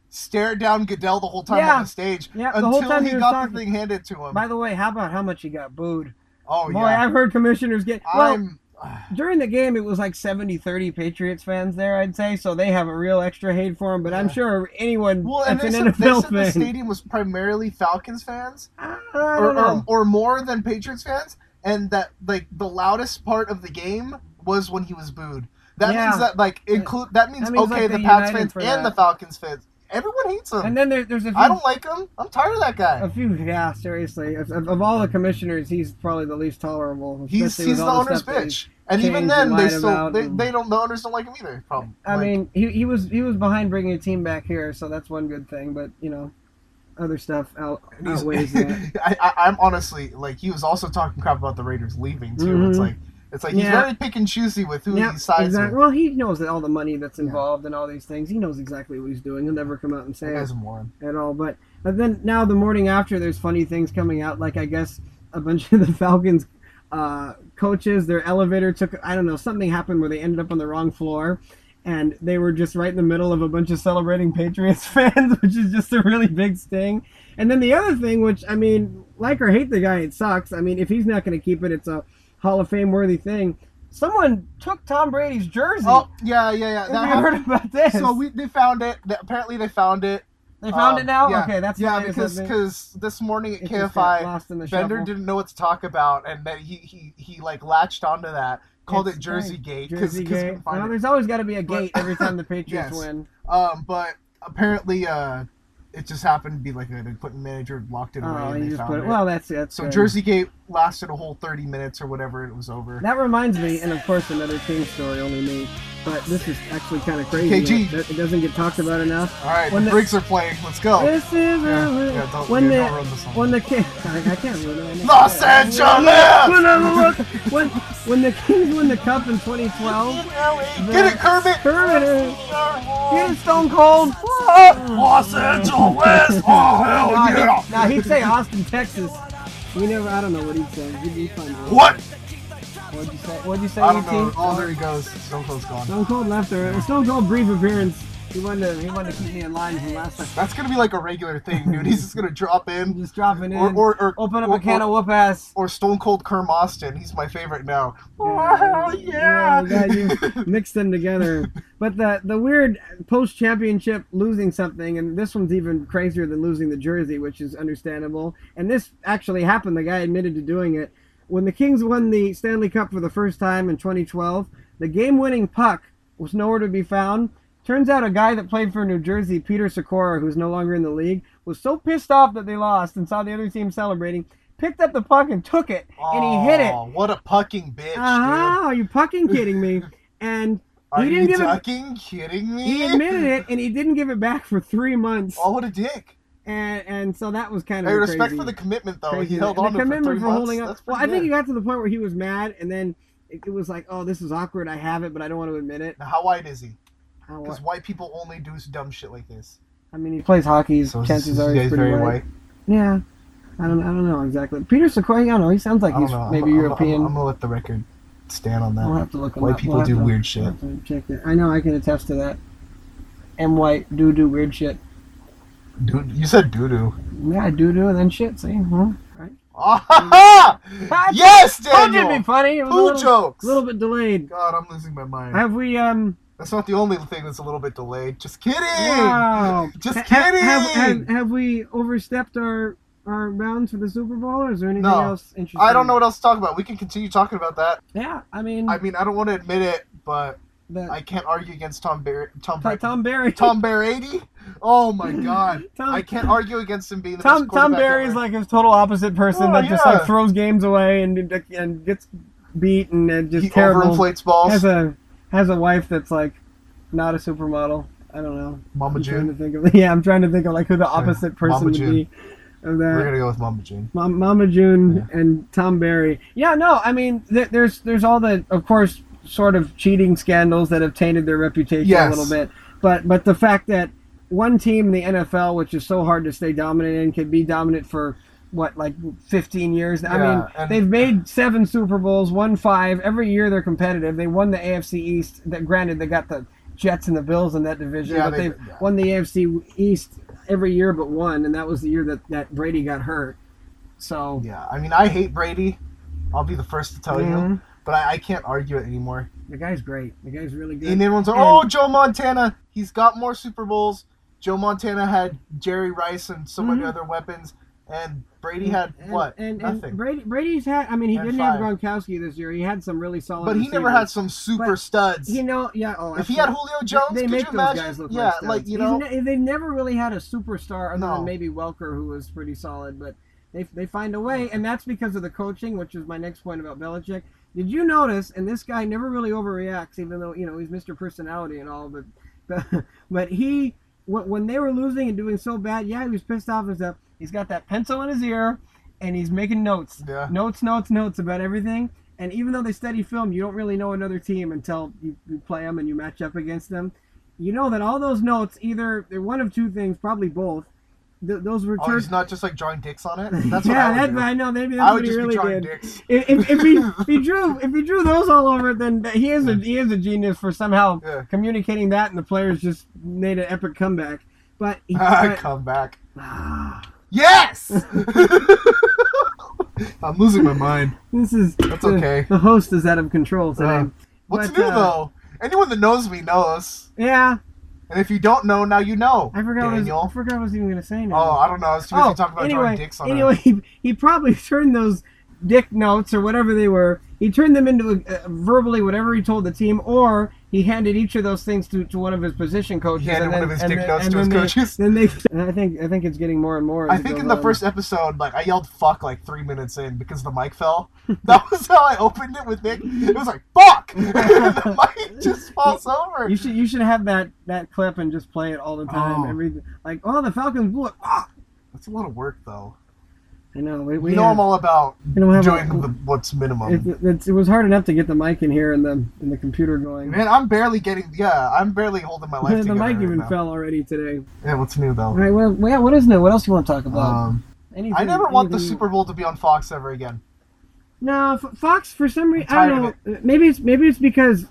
B: stare down Goodell the whole time
A: Yeah.
B: on the stage
A: Yeah, the
B: until
A: whole time
B: he,
A: he was
B: got
A: talking.
B: the thing handed to him.
A: By the way, how about how much he got booed?
B: oh
A: Boy,
B: yeah,
A: I've heard commissioners get. Well,
B: I'm.
A: during the game, it was like 70 30 Patriots fans there, I'd say, so they have a real extra hate for him. But I'm
B: Yeah.
A: sure anyone
B: Well, and
A: that's
B: they
A: an
B: said, they said the
A: NFL fan.
B: stadium was primarily Falcons fans,
A: I don't
B: or,
A: know.
B: or or more than Patriots fans, and that like the loudest part of the game was when he was booed. That
A: Yeah.
B: means that like include that means,
A: That means,
B: okay
A: like,
B: the
A: they
B: Pats
A: united
B: fans
A: for
B: and
A: that.
B: the Falcons fans. Everyone hates him.
A: And then there, there's a few
B: I don't like him. I'm tired of that guy.
A: A few, yeah, seriously. Of, of, of all the commissioners, he's probably the least tolerable.
B: He's
A: especially with
B: he's the
A: all
B: owner's
A: stuff that he's-
B: bitch. And even
A: changed
B: then,
A: and
B: they
A: lied
B: still
A: about
B: they,
A: and-
B: they don't the owners don't like him either. Probably.
A: I
B: Like, [laughs]
A: mean, he, he was he was behind bringing a team back here, so that's one good thing. But you know, other stuff out,
B: and he's- [laughs]
A: outweighs that.
B: I, I, I'm honestly like he was also talking crap about the Raiders leaving too. It's
A: Mhm.
B: like it's like he's
A: Yeah.
B: very pick and choosy with who
A: Yeah,
B: he sides
A: exactly.
B: with.
A: Well, he knows that all the money that's
B: Yeah.
A: involved and all these things. He knows exactly what he's doing. He'll never come out and say
B: That
A: it.
B: guy's a moron.
A: at all. But, but then now the morning after, there's funny things coming out. Like I guess a bunch of [laughs] the Falcons uh, coaches, their elevator took I don't know something happened where they ended up on the wrong floor, and they were just right in the middle of a bunch of celebrating Patriots [laughs] fans, which is just a really big sting. And then the other thing, which I mean, like or hate the guy, it sucks. I mean, if he's not going to keep it, it's a Hall of Fame worthy thing. Someone took Tom Brady's jersey.
B: Oh yeah, yeah, yeah.
A: Have
B: That
A: you heard
B: happened.
A: about this?
B: So we they found it. That- apparently they found it.
A: they found
B: um,
A: it now.
B: yeah.
A: Okay, that's
B: yeah
A: fine. Is that
B: because
A: the-
B: because this morning at
A: it just got
B: KFI,
A: lost in the
B: Bender
A: shuffle.
B: didn't know what to talk about, and then he he he like latched onto that, called
A: It's
B: it Jersey
A: fine.
B: Gate because
A: Jersey
B: he
A: gate.
B: couldn't find
A: Well,
B: it.
A: there's always got to be a
B: But-
A: gate every time the Patriots
B: [laughs] Yes.
A: win.
B: Um, but apparently, uh, it just happened to be like an equipment manager locked it away
A: Oh,
B: and
A: you
B: they
A: just
B: found
A: put
B: it.
A: it. Well, that's it.
B: so Jersey Gate lasted a whole 30 minutes or whatever, and it was over.
A: That reminds me, and of course another King story, only me. But this is actually kind of crazy.
B: KG.
A: that It doesn't get talked about enough.
B: All right,
A: when
B: the
A: the-
B: Briggs are playing. Let's go.
A: This is
B: Oh. yeah,
A: a-
B: yeah, don't,
A: when
B: yeah,
A: the
B: don't run this one.
A: when the King. [laughs] I, I can't remember.
B: Los Angeles.
A: When, when when the Kings win the cup in 2012,
B: Get it, Kermit.
A: Kermit is- get it
B: Get
A: Stone Cold.
B: [laughs] Los Angeles. Oh hell
A: Nah, he-
B: yeah.
A: nah, he'd say Austin, Texas. We never. I don't know what he'd say. He'd be fun.
B: What?
A: What'd you say? What'd you say?
B: I don't
A: ET?
B: know. Oh, there he goes. Stone Cold's gone.
A: Stone Cold left her. Stone Cold brief appearance. He wanted to. He wanted to keep me in line from last time.
B: That's gonna be like a regular thing, dude. He's just gonna
A: [laughs]
B: drop in,
A: Just dropping in.
B: or or, or
A: open up
B: or,
A: a can of whoop ass.
B: or Stone Cold Kerm Austin. He's my favorite now.
A: Yeah.
B: Oh,
A: [laughs] Yeah,
B: yeah. [laughs]
A: we got Mix them together. But the the weird post championship losing something, and this one's even crazier than losing the jersey, which is understandable. And this actually happened. The guy admitted to doing it. When the Kings won the Stanley Cup for the first time in 2012, the game winning puck was nowhere to be found. Turns out a guy that played for New Jersey, Peter Sikora, who's no longer in the league, was so pissed off that they lost and saw the other team celebrating, picked up the puck and took it, and he hit it.
B: Aw, What a pucking bitch,
A: Uh-huh,
B: dude.
A: are you fucking kidding
B: [laughs]
A: me? And
B: Are
A: He didn't
B: you
A: give a-
B: fucking kidding me?
A: he admitted it, and he didn't give it back for three months,
B: Oh, what a dick.
A: and and so that was kind
B: Hey,
A: of
B: respect
A: crazy,
B: for the commitment, though.
A: crazy.
B: He held
A: And
B: on
A: the
B: to it for
A: commitment
B: three
A: for
B: months.
A: holding up.
B: That's
A: Well,
B: pretty
A: I think he
B: good.
A: got to the point where he was mad, and then it, it was like, oh, this is awkward. I have it, but I don't want to admit it.
B: Now, how white is he?
A: Oh,
B: Because
A: what-
B: white people only do dumb shit like this.
A: I mean, he plays hockey. his
B: So
A: chances
B: this
A: are
B: guy's
A: he's pretty
B: very
A: white.
B: white.
A: Yeah, I don't I don't know exactly. Peter Sequoia, I don't know. He sounds like
B: I don't
A: he's
B: know. I'm-
A: maybe
B: I'm, I'm-
A: European.
B: I'm, gonna let the record stand on
A: We'll
B: that.
A: have to look. him
B: White
A: up.
B: people
A: We'll have
B: do
A: to-
B: weird shit.
A: we'll have to Check that. I know. I can attest to that. And white do do weird shit.
B: Dude, you said doo doo. [laughs]
A: Yeah, doo doo and then shit. See, huh? Right.
B: yes,
A: Told you it'd
B: Daniel.
A: Ah, be funny. It was a
B: Poo
A: little,
B: jokes.
A: little bit delayed.
B: God, I'm losing my mind.
A: Have we um?
B: That's not the only thing that's a little bit delayed. Just kidding.
A: Wow.
B: Just
A: Ha- ha-
B: kidding.
A: Have, have, have we overstepped our our bounds for the Super Bowl? Or is there anything
B: No.
A: else interesting?
B: I don't know what else to talk about. We can continue talking about that.
A: Yeah, I mean,
B: I mean, I don't want to admit it, but
A: the,
B: I can't argue against Tom Bear.
A: Tom,
B: Tom Brady.
A: Tom Barry.
B: Tom Bear 80? Oh my god.
A: [laughs] Tom,
B: I can't argue against him being the
A: Tom
B: best
A: Tom
B: quarterback
A: Barry's
B: ever.
A: like his total opposite person
B: Oh,
A: that just like
B: yeah.
A: throws games away and and gets beat and uh, just
B: he
A: terrible.
B: overinflates balls.
A: Has a has a wife that's like not a supermodel. I don't know.
B: Mama
A: I'm trying to
B: June.
A: think of [laughs] yeah. I'm trying to think of like who the opposite person
B: Mama
A: would
B: June.
A: be of
B: We're
A: that.
B: gonna go with Mama June.
A: Mom, Mama June and Tom Berry. Yeah, no, I mean th- there's there's all the of course sort of cheating scandals that have tainted their reputation a
B: Yes.
A: little bit, but but the fact that one team in the NFL, which is so hard to stay dominant in, can be dominant for what like 15 years. I
B: Yeah,
A: mean,
B: and-
A: they've made seven Super Bowls, won five every year. They're competitive. They won the AFC East. That granted, they got the Jets and the Bills in that division,
B: Yeah,
A: but
B: they-
A: they've
B: yeah.
A: won the AFC East every year but one, and that was the year that that Brady got hurt. So
B: Yeah, I mean, I hate Brady. I'll be the first to tell you,
A: Mhm.
B: but I, I can't argue it anymore.
A: the guy's great. The guy's really good.
B: And everyone's like,
A: And-
B: "Oh, Joe Montana, he's got more Super Bowls." Joe Montana had Jerry Rice and so many
A: Mhm.
B: other weapons, and Brady had
A: and,
B: what?
A: And, and
B: Nothing.
A: Brady, Brady's had. I mean, he
B: And
A: didn't have
B: five.
A: Gronkowski this year. He had some really solid.
B: but he never
A: receivers.
B: had some super
A: But
B: studs.
A: You know, yeah. Oh,
B: if he had
A: absolutely.
B: Julio Jones,
A: they
B: could
A: make
B: you
A: those
B: imagine?
A: guys look
B: yeah,
A: like, studs. He's
B: you know,
A: ne- they've never really had a superstar other
B: No.
A: than maybe Welker, who was pretty solid, but they they find a way, and that's because of the coaching, which is my next point about Belichick. Did you notice? And this guy never really overreacts, even though you know he's Mr. Personality and all, but [laughs] but, but he when when they were losing and doing so bad, yeah, he was pissed off as a he's got that pencil in his ear, and he's making notes
B: yeah,
A: notes, notes, notes about everything. And even though they study film, you don't really know another team until you, you play them and you match up against them. You know that all those notes, either they're one of two things, probably both. Th- those were
B: oh,
A: [laughs]
B: he's
A: church-
B: not just like drawing dicks on it. That's what
A: yeah,
B: I would
A: that,
B: do.
A: I know. Maybe that's
B: I would
A: what he
B: just be
A: really
B: drawing
A: did.
B: dicks.
A: If, if, if,
B: [laughs]
A: he, if he drew if he drew those all over, it, then he is a he is a genius for somehow
B: Yeah.
A: communicating that, and the players just made an epic comeback. But,
B: [laughs]
A: he, but
B: Come back.
A: [laughs]
B: Yes. [laughs] I'm losing my mind.
A: [sighs] this is that's
B: okay.
A: The host is out of control today.
B: Uh, What's
A: But,
B: new
A: uh,
B: though? Anyone that knows me knows.
A: yeah,
B: And if you don't know, now you know.
A: I forgot. What I was,
B: Daniel.
A: I forgot what I was even gonna say now.
B: Oh, I don't know. I was too busy talking about drawing dicks on
A: anyway,
B: it.
A: he, he probably turned those dick notes or whatever they were. He turned them into uh, verbally whatever he told the team, or he handed each of those things to, to one of his position coaches.
B: handed
A: and
B: one
A: then,
B: of his
A: and
B: dick
A: then-
B: notes
A: and
B: to his
A: then they- [laughs]
B: coaches.
A: Then they, and I think I think it's getting more and more. as
B: [laughs] I
A: it
B: think
A: goes
B: in the
A: on.
B: first episode, like I yelled "fuck" like three minutes in because the mic fell. [laughs] That was how I opened it with Nick. It was like "fuck," [laughs] and the mic just falls over.
A: you should you should have that that clip and just play it all the time.
B: Oh.
A: Every like, oh, the Falcons blew it. Ah!
B: That's a lot of work, though.
A: I know. We,
B: We
A: we
B: know
A: have-
B: I'm all about
A: we don't have
B: doing
A: a-
B: the, what's minimum.
A: it, it's, it was hard enough to get the mic in here and the and the computer going.
B: Man, I'm barely getting. Yeah, I'm barely holding my life
A: the
B: together.
A: mic
B: right
A: even
B: now.
A: fell already today.
B: Yeah, what's new
A: All
B: though?
A: right, well, yeah, what is new? What else do you want to talk about?
B: Um,
A: anything,
B: I never want the
A: anything-
B: Super Bowl to be on Fox ever again.
A: No, F- Fox for some reason
B: I'm
A: I
B: tired
A: don't know. Uh, Maybe it's maybe it's because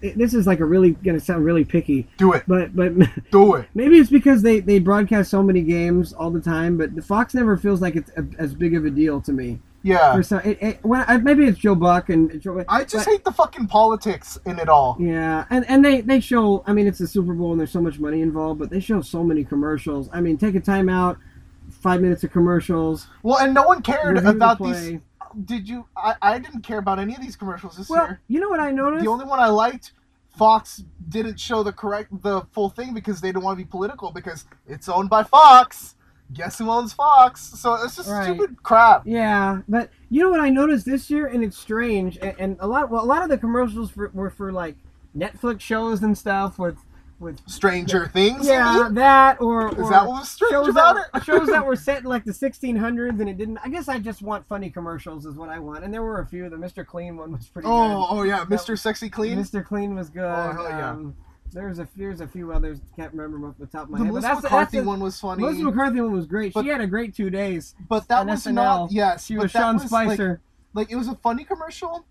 A: this is like a really gonna sound really picky,
B: Do it.
A: but but [laughs]
B: Do it.
A: maybe it's because they they broadcast so many games all the time. But the Fox never feels like it's a, as big of a deal to me.
B: Yeah.
A: For some, it, it, when I, maybe it's Joe Buck and Joe.
B: I just
A: but-
B: hate the fucking politics in it all.
A: Yeah, and, and they, they show, I mean, it's the Super Bowl and there's so much money involved, but they show so many commercials. I mean, take a time out, five minutes of commercials.
B: Well, and no one cared
A: review the
B: about
A: play.
B: these. Did you? I, I didn't care about any of these commercials this
A: Well,
B: year.
A: you know what I noticed?
B: The only one I liked, Fox didn't show the correct the full thing because they didn't want to be political because it's owned by Fox. Guess who owns Fox? So it's just
A: Right.
B: stupid crap.
A: yeah, but you know what I noticed this year, and it's strange, and, and a lot well, a lot of the commercials for, were for like Netflix shows and stuff with with
B: Stranger Things. you
A: yeah
B: mean?
A: that or, or
B: Is that what was strange
A: shows
B: about
A: that,
B: it?
A: shows that were set in like the 1600s and it didn't. I guess I just want funny commercials is what I want, and there were a few. The Mr. Clean one was pretty. good.
B: [laughs] Oh, oh yeah, Mr. Sexy Clean.
A: Mr. Clean was good.
B: Oh, hell yeah.
A: Um, there's a there's a few others can't remember them off the top of my
B: The
A: head. But
B: Melissa
A: that's,
B: McCarthy
A: that's a,
B: one was funny,
A: Melissa McCarthy one was great.
B: But-
A: she had a great two days.
B: but that
A: on
B: was
A: SNL.
B: not. Yes,
A: She
B: but
A: was
B: that
A: Sean
B: like,
A: Spicer.
B: like it was a funny commercial,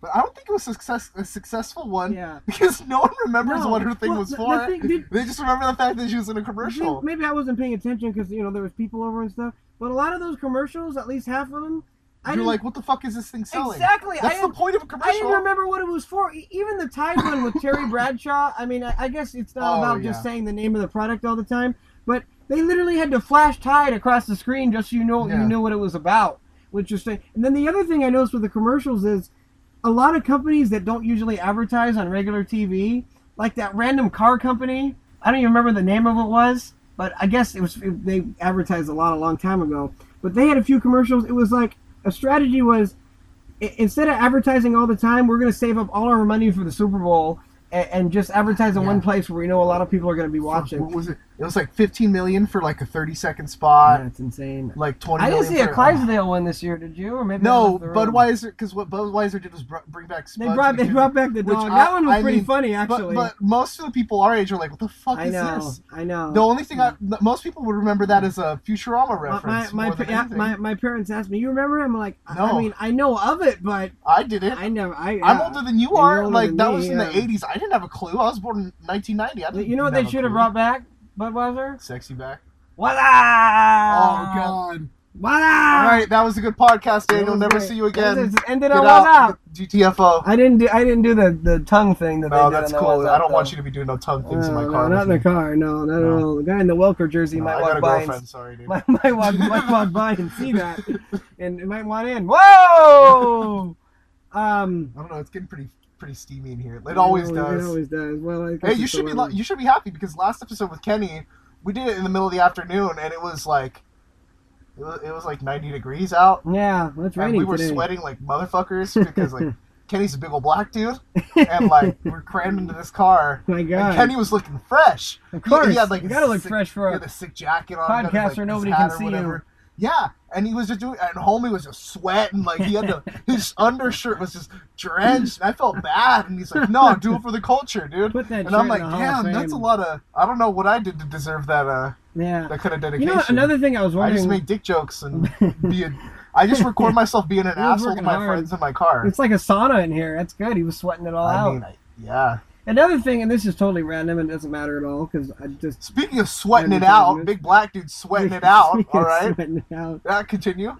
B: but I don't think it was success a successful one
A: yeah.
B: [laughs] because no one remembers
A: No.
B: what her thing
A: Well,
B: was
A: the-
B: for.
A: the thing- did-
B: they just remember the fact that she was in a [laughs] commercial.
A: Maybe I wasn't paying attention because you know there was people over and stuff. But a lot of those commercials, at least half of them, I
B: You're
A: didn't
B: like, what the fuck is this thing selling?
A: exactly. I
B: That's the
A: didn't,
B: point of a commercial.
A: I didn't remember what it was for. E- Even the Tide one with
B: [laughs]
A: Terry Bradshaw. I mean, I, I guess it's not
B: Oh,
A: about
B: yeah.
A: just saying the name of the product all the time, but they literally had to flash Tide across the screen just so you know
B: Yeah.
A: you knew what it was about, which is thing. And then the other thing I noticed with the commercials is a lot of companies that don't usually advertise on regular TV, like that random car company. I don't even remember the name of it was, but I guess it was they advertised a lot a long time ago. But they had a few commercials. It was like a strategy was i- instead of advertising all the time, we're going to save up all our money for the Super Bowl and, and just advertise in
B: Yeah.
A: one place where we know a lot of people are going to be watching.
B: What was it? It was like 15 million for like a 30 second spot.
A: That's insane.
B: Like 20.
A: I didn't
B: million
A: see a
B: for- Uh,
A: Clydesdale one this year, did you? Or maybe I
B: No,
A: left the room.
B: Budweiser, because what Budweiser did was br- bring back Spuds.
A: They brought
B: [laughs]
A: they
B: because-
A: brought back the
B: which
A: dog.
B: I-
A: that one was
B: I
A: pretty
B: mean,
A: funny,
B: but-
A: actually.
B: But, most of the people our age are like, what the fuck
A: I
B: is
A: know,
B: this?
A: I know.
B: The only thing I, th- most people would remember that as a Futurama
A: My-
B: reference.
A: my
B: more
A: my,
B: than
A: yeah,
B: anything.
A: my my parents asked me, "You remember him?" I'm like, I- I
B: No.
A: mean, I know of it, but
B: I didn't.
A: I never. I, uh,
B: I'm
A: yeah.
B: older than you
A: you're
B: are.
A: older
B: like
A: than
B: that
A: me,
B: was in
A: yeah.
B: the '80s. I didn't have a clue. I was born in 1990. I didn't
A: You know what they
B: a
A: should have
B: clue.
A: brought back? Budweiser.
B: Sexy back.
A: What?
B: Oh
A: Oh
B: god.
A: What?
B: All right, that was a good podcast,
A: That
B: Daniel.
A: was
B: Never
A: great.
B: see you again.
A: Ended
B: Get
A: on
B: out.
A: one up.
B: GTFO.
A: I didn't do. I didn't do the, the tongue thing that
B: No,
A: they did.
B: Oh, that's
A: on the
B: cool.
A: What's
B: I
A: Up,
B: don't want
A: though.
B: you to be doing no tongue things in
A: no,
B: my
A: no,
B: car.
A: not
B: with
A: in the
B: me.
A: car. No, not at
B: No.
A: all. The guy in the Welker jersey
B: No,
A: might
B: I
A: walk
B: got a
A: by. and-
B: girlfriend. Sorry, dude.
A: [laughs] might, might walk might walk by and see that, and it might want in.
B: [laughs]
A: Whoa! Um,
B: I don't know. It's getting pretty pretty steamy in here. It always
A: it
B: does.
A: always does. Well, I guess
B: Hey, you
A: it's
B: should be
A: allowed.
B: lo- you should be happy because last episode with Kenny, we did it in the middle of the afternoon, and it was like, it was, it was like 90 degrees out,
A: yeah, well, it's
B: and
A: raining
B: we were
A: today.
B: sweating like motherfuckers
A: [laughs]
B: because like Kenny's a big old black dude, and like we're crammed into this car.
A: My
B: And
A: God,
B: Kenny was looking fresh.
A: of course,
B: he had, like,
A: you gotta look
B: sick-
A: fresh
B: He
A: for
B: had
A: a
B: a sick jacket on. he had,
A: Podcast
B: like,
A: where
B: his
A: nobody
B: hat
A: can
B: or
A: see you.
B: whatever. Yeah, and he was just doing, and homie was just sweating. Like he
A: [laughs]
B: had the his undershirt was just drenched. And I felt bad, and he's like, "No, do it for the culture, dude."
A: put that.
B: And I'm
A: shirt
B: like,
A: in the Hall of
B: damn, that's a
A: Fame."
B: lot of. I don't know what I did to deserve that uh
A: Yeah.
B: that kind of
A: You
B: dedication.
A: know, another thing I was
B: I just
A: wondering.
B: make dick
A: [laughs]
B: jokes and be a. I just record myself being an
A: He was
B: asshole to
A: working
B: my
A: hard.
B: friends in my car.
A: It's like a sauna in here. That's good. He was sweating it all
B: I
A: out.
B: mean, I, yeah.
A: Another thing, and this is totally random and it doesn't matter at all because I just
B: Speaking of sweating
A: Yeah,
B: it
A: because
B: out,
A: of it.
B: big black
A: [laughs]
B: dude sweating it out. All right,
A: Sweating it out.
B: yeah, continue.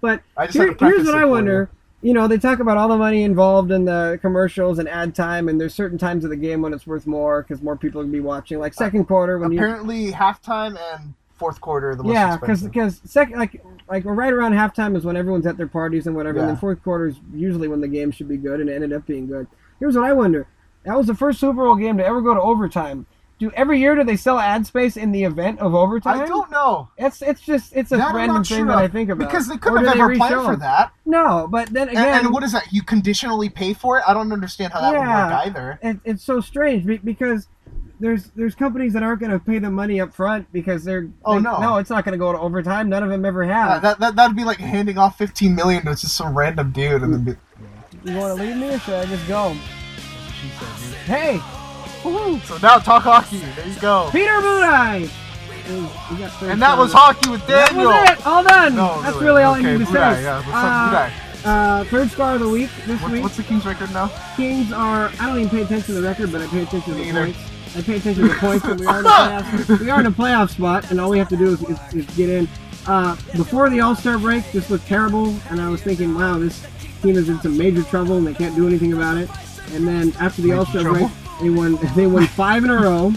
A: But
B: I just
A: Here-
B: had to
A: here's
B: practice
A: what
B: it
A: I
B: for you.
A: wonder. You know, they talk about all the money involved in the commercials and ad time, and there's certain times of the game when it's worth more because more people can be watching.
B: Uh,
A: Like second quarter when you,
B: Apparently, halftime and fourth quarter are the most
A: yeah, because
B: expensive.
A: because second like like right around halftime is when everyone's at their parties and whatever, and then
B: Yeah.
A: fourth quarter is usually when the game should be good, and it ended up being good. Here's what I wonder: that was the first Super Bowl game to ever go to overtime. Do every year do they sell ad space in the event of overtime?
B: I don't know
A: It's it's just it's a
B: That I'm
A: random
B: not
A: thing
B: sure
A: that
B: of,
A: I think about
B: because they
A: Or
B: couldn't
A: do
B: have
A: they
B: ever planned
A: resell
B: for
A: it?
B: that.
A: No, but then
B: And-
A: again,
B: and what is that? You conditionally pay for it? I don't understand how that would
A: Yeah.
B: work either.
A: it, it's so strange be- because there's there's companies that aren't going to pay the money up front because they're
B: Oh,
A: they-
B: no.
A: no it's not going to go to overtime none of them ever
B: Yeah,
A: have
B: Uh, that, that, that'd be like handing off 15 million to just some random dude and then
A: [laughs]
B: be,
A: you want to leave me or should I just go hey woohoo
B: So now talk hockey. There you go.
A: Peter Budai
B: And that was hockey with
A: that
B: Daniel.
A: was it all done
B: No,
A: that's really all I
B: okay,
A: need to
B: Budai,
A: say
B: Yeah,
A: uh,
B: what's up,
A: uh, third star of the week this
B: Budai? What,
A: week
B: what's the Kings record now?
A: Kings are I don't even pay attention to the record but I pay attention to
B: Me
A: the
B: either.
A: points I pay attention to the points and we are in
B: [laughs]
A: the playoff, we are in a playoff spot and all we have to do is, is, is get in. Uh, before the All Star break, this looked terrible, and I was thinking, wow, this team is in some major trouble and they can't do anything about it. And then after the
B: Major
A: All Star
B: trouble?
A: break, they won [laughs] they won five in a row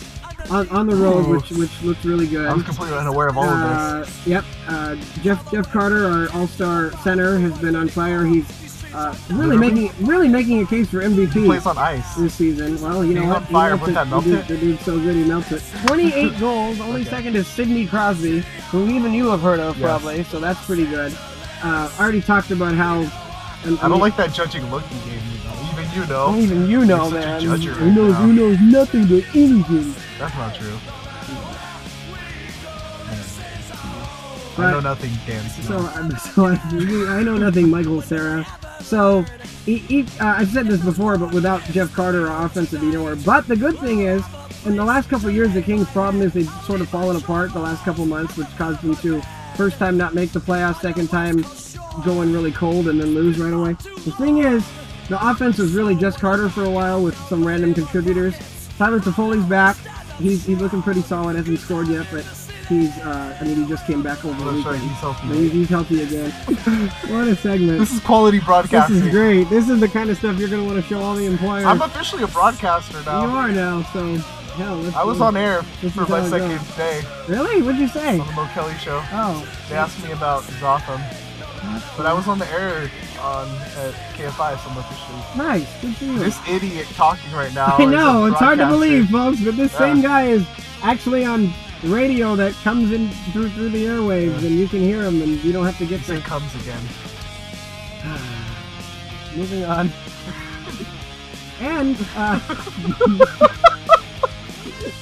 A: on, on the road,
B: Ooh.
A: which which looked really good.
B: I was completely unaware of all of this.
A: Uh, yep. Uh, Jeff Jeff Carter, our All Star center, has been on fire. He's uh, really
B: Literally?
A: making really making a case for MVP
B: He plays on ice.
A: this season. Well, you know
B: He's
A: what?
B: on fire.
A: melts
B: Wouldn't that melt
A: the, dude,
B: it?
A: the dude's so good he melts it. 28 [laughs] goals. Only
B: Okay.
A: second is Sidney Crosby, who even you have heard of
B: Yes.
A: probably. So that's pretty good. Uh, I already talked about how. um, and-
B: I don't like that judging look he gave me, though. Even
A: I mean,
B: you
A: Even
B: know.
A: you know,
B: such a
A: man.
B: judger
A: who
B: right
A: knows?
B: now.
A: Who knows nothing but anything.
B: That's not true.
A: But-
B: I know nothing, Dan.
A: So, [laughs] um, so I, I know nothing, Michael Sarah. So, e e uh, I've said this before, but without Jeff Carter, our offense would be nowhere. But the good thing is, in the last couple of years, the Kings' problem is they've sort of fallen apart the last couple of months, which caused them to first time not make the playoffs, second time going really cold and then lose right away. The thing is, the offense was really just Carter for a while with some random contributors. Tyler Toffoli's back. He's, he's looking pretty solid. Hasn't scored yet, but he's, uh, I mean, he just came back over the
B: That's right,
A: weekend.
B: he's
A: Maybe
B: healthy.
A: he's healthy again. [laughs] what a segment.
B: This is quality
A: This
B: broadcasting.
A: is great. This is the kind of stuff you're going to want to show all the employers.
B: I'm officially a broadcaster
A: you
B: now.
A: are now, so hell. Let's
B: I was
A: go.
B: on air
A: This
B: for
A: is how
B: my
A: it
B: second
A: goes.
B: day
A: Really? What'd you say?
B: on the Mo Kelly show.
A: Oh,
B: They asked me about Gotham, but I was on the air on at KFI, so I'm officially.
A: nice. Good for you.
B: This
A: [laughs]
B: idiot talking right now.
A: I
B: is a
A: know it's hard to
B: broadcaster.
A: believe, folks, but this
B: Yeah.
A: same guy is actually on radio that comes in through through the airwaves,
B: Yeah.
A: and you can hear him, and you don't have to get
B: He said comes again.
A: to. Moving on. And uh, [laughs]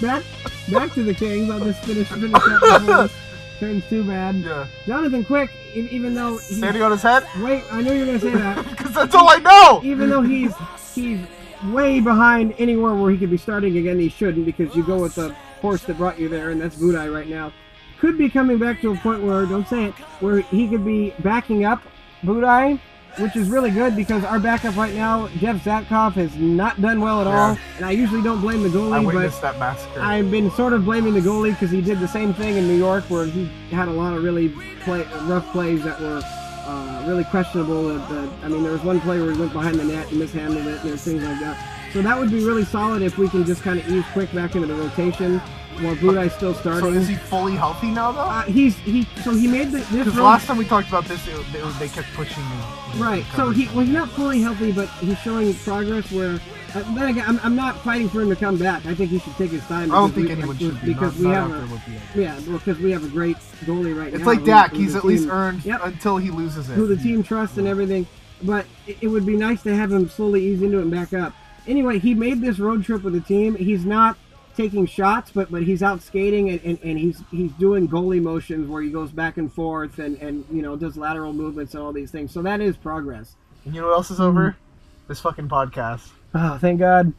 A: back back to the Kings. I'll just finish finish up before this turns too bad.
B: Yeah.
A: Jonathan Quick, e- even though he's,
B: Standing on his head?
A: wait, I knew you were gonna say that.
B: Because that's all I know!
A: even though he's he's way behind anywhere where he could be starting again, he shouldn't because you go with the horse that brought you there, and that's Budai right now. Could be coming back to a point where don't say it, where he could be backing up Budai, which is really good because our backup right now, Jeff Zatkoff, has not done well at all,
B: Yeah.
A: and I usually don't blame the
B: I
A: goalie, but
B: witnessed that massacre.
A: I've been sort of blaming the goalie because he did the same thing in New York, where he had a lot of really play, rough plays that were uh, really questionable. The, the, I mean, there was one play where he went behind the net and mishandled it, and there's things like that. So that would be really solid if we can just kind of ease quick back into the rotation while Budai's still
B: so
A: starting.
B: is he fully healthy now, though?
A: uh, he's he so he made the, this
B: Because
A: run-
B: last time we talked about this, it, it was, they kept pushing him.
A: Right. So he well, he's not fully healthy, but he's showing progress. Where uh, then again, I'm, I'm not fighting for him to come back. I think he should take his time.
B: I don't
A: because
B: think
A: we-
B: anyone
A: because-
B: should be.
A: because
B: not,
A: we
B: not
A: have a,
B: after what he had.
A: Yeah, because we have a great goalie right
B: It's
A: now.
B: like
A: who-
B: Dak.
A: who
B: He's
A: the
B: at least
A: team-
B: earned
A: Yep.
B: until he loses it.
A: who the team trusts and everything. But it, it would be nice to have him slowly ease into it and back up. Anyway, he made this road trip with the team. He's not taking shots, but but he's out skating and, and, and he's he's doing goalie motions where he goes back and forth and and you know does lateral movements and all these things. So that is progress.
B: And you know what else is over?
A: Mm-hmm.
B: This fucking podcast.
A: Oh, thank God.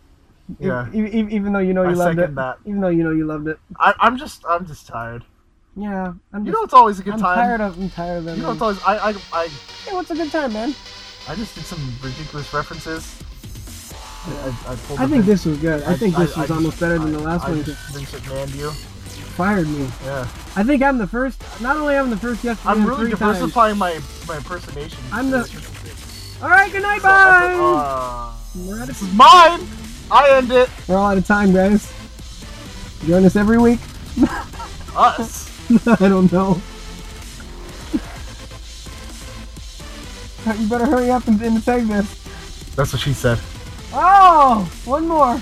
A: E-,
B: Yeah.
A: even though you know
B: I second that.
A: Even though you know you loved it.
B: I, I'm just, I'm just tired.
A: Yeah, I'm
B: You know, it's always a good time.
A: of I'm tired of them.
B: you know, it's always. I, I, I,
A: hey, what's a good time, man?
B: I just did some ridiculous references. I, I, I, pulled
A: I
B: them
A: think
B: in.
A: this was good. I think this was
B: I-
A: almost better than the last
B: I
A: one. 'cause
B: just Vincent Van you.
A: it Fired me.
B: Yeah.
A: I think I'm the first. Not only am I the first guest,
B: I'm really
A: three times.
B: diversifying my, my impersonation.
A: I'm the-
B: So,
A: All right, good night, bye.
B: uh,
A: We're, out
B: this
A: of,
B: is mine! I end it!
A: we're all out of time, guys. Join us every week. [laughs]
B: Us!
A: I don't know. [laughs] you better hurry up and, and take this.
B: That's what she said.
A: Oh, one more.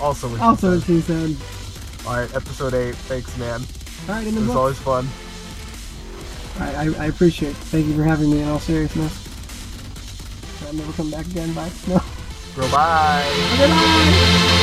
B: Also, what she
A: Also,
B: said.
A: she said.
B: Alright, episode 8. Thanks, man.
A: All right, in
B: It
A: the
B: was
A: book.
B: always fun.
A: I, I, I appreciate it. Thank you for having me in all seriousness. I'll never come back again. Bye. No.
B: Goodbye!
A: Good night.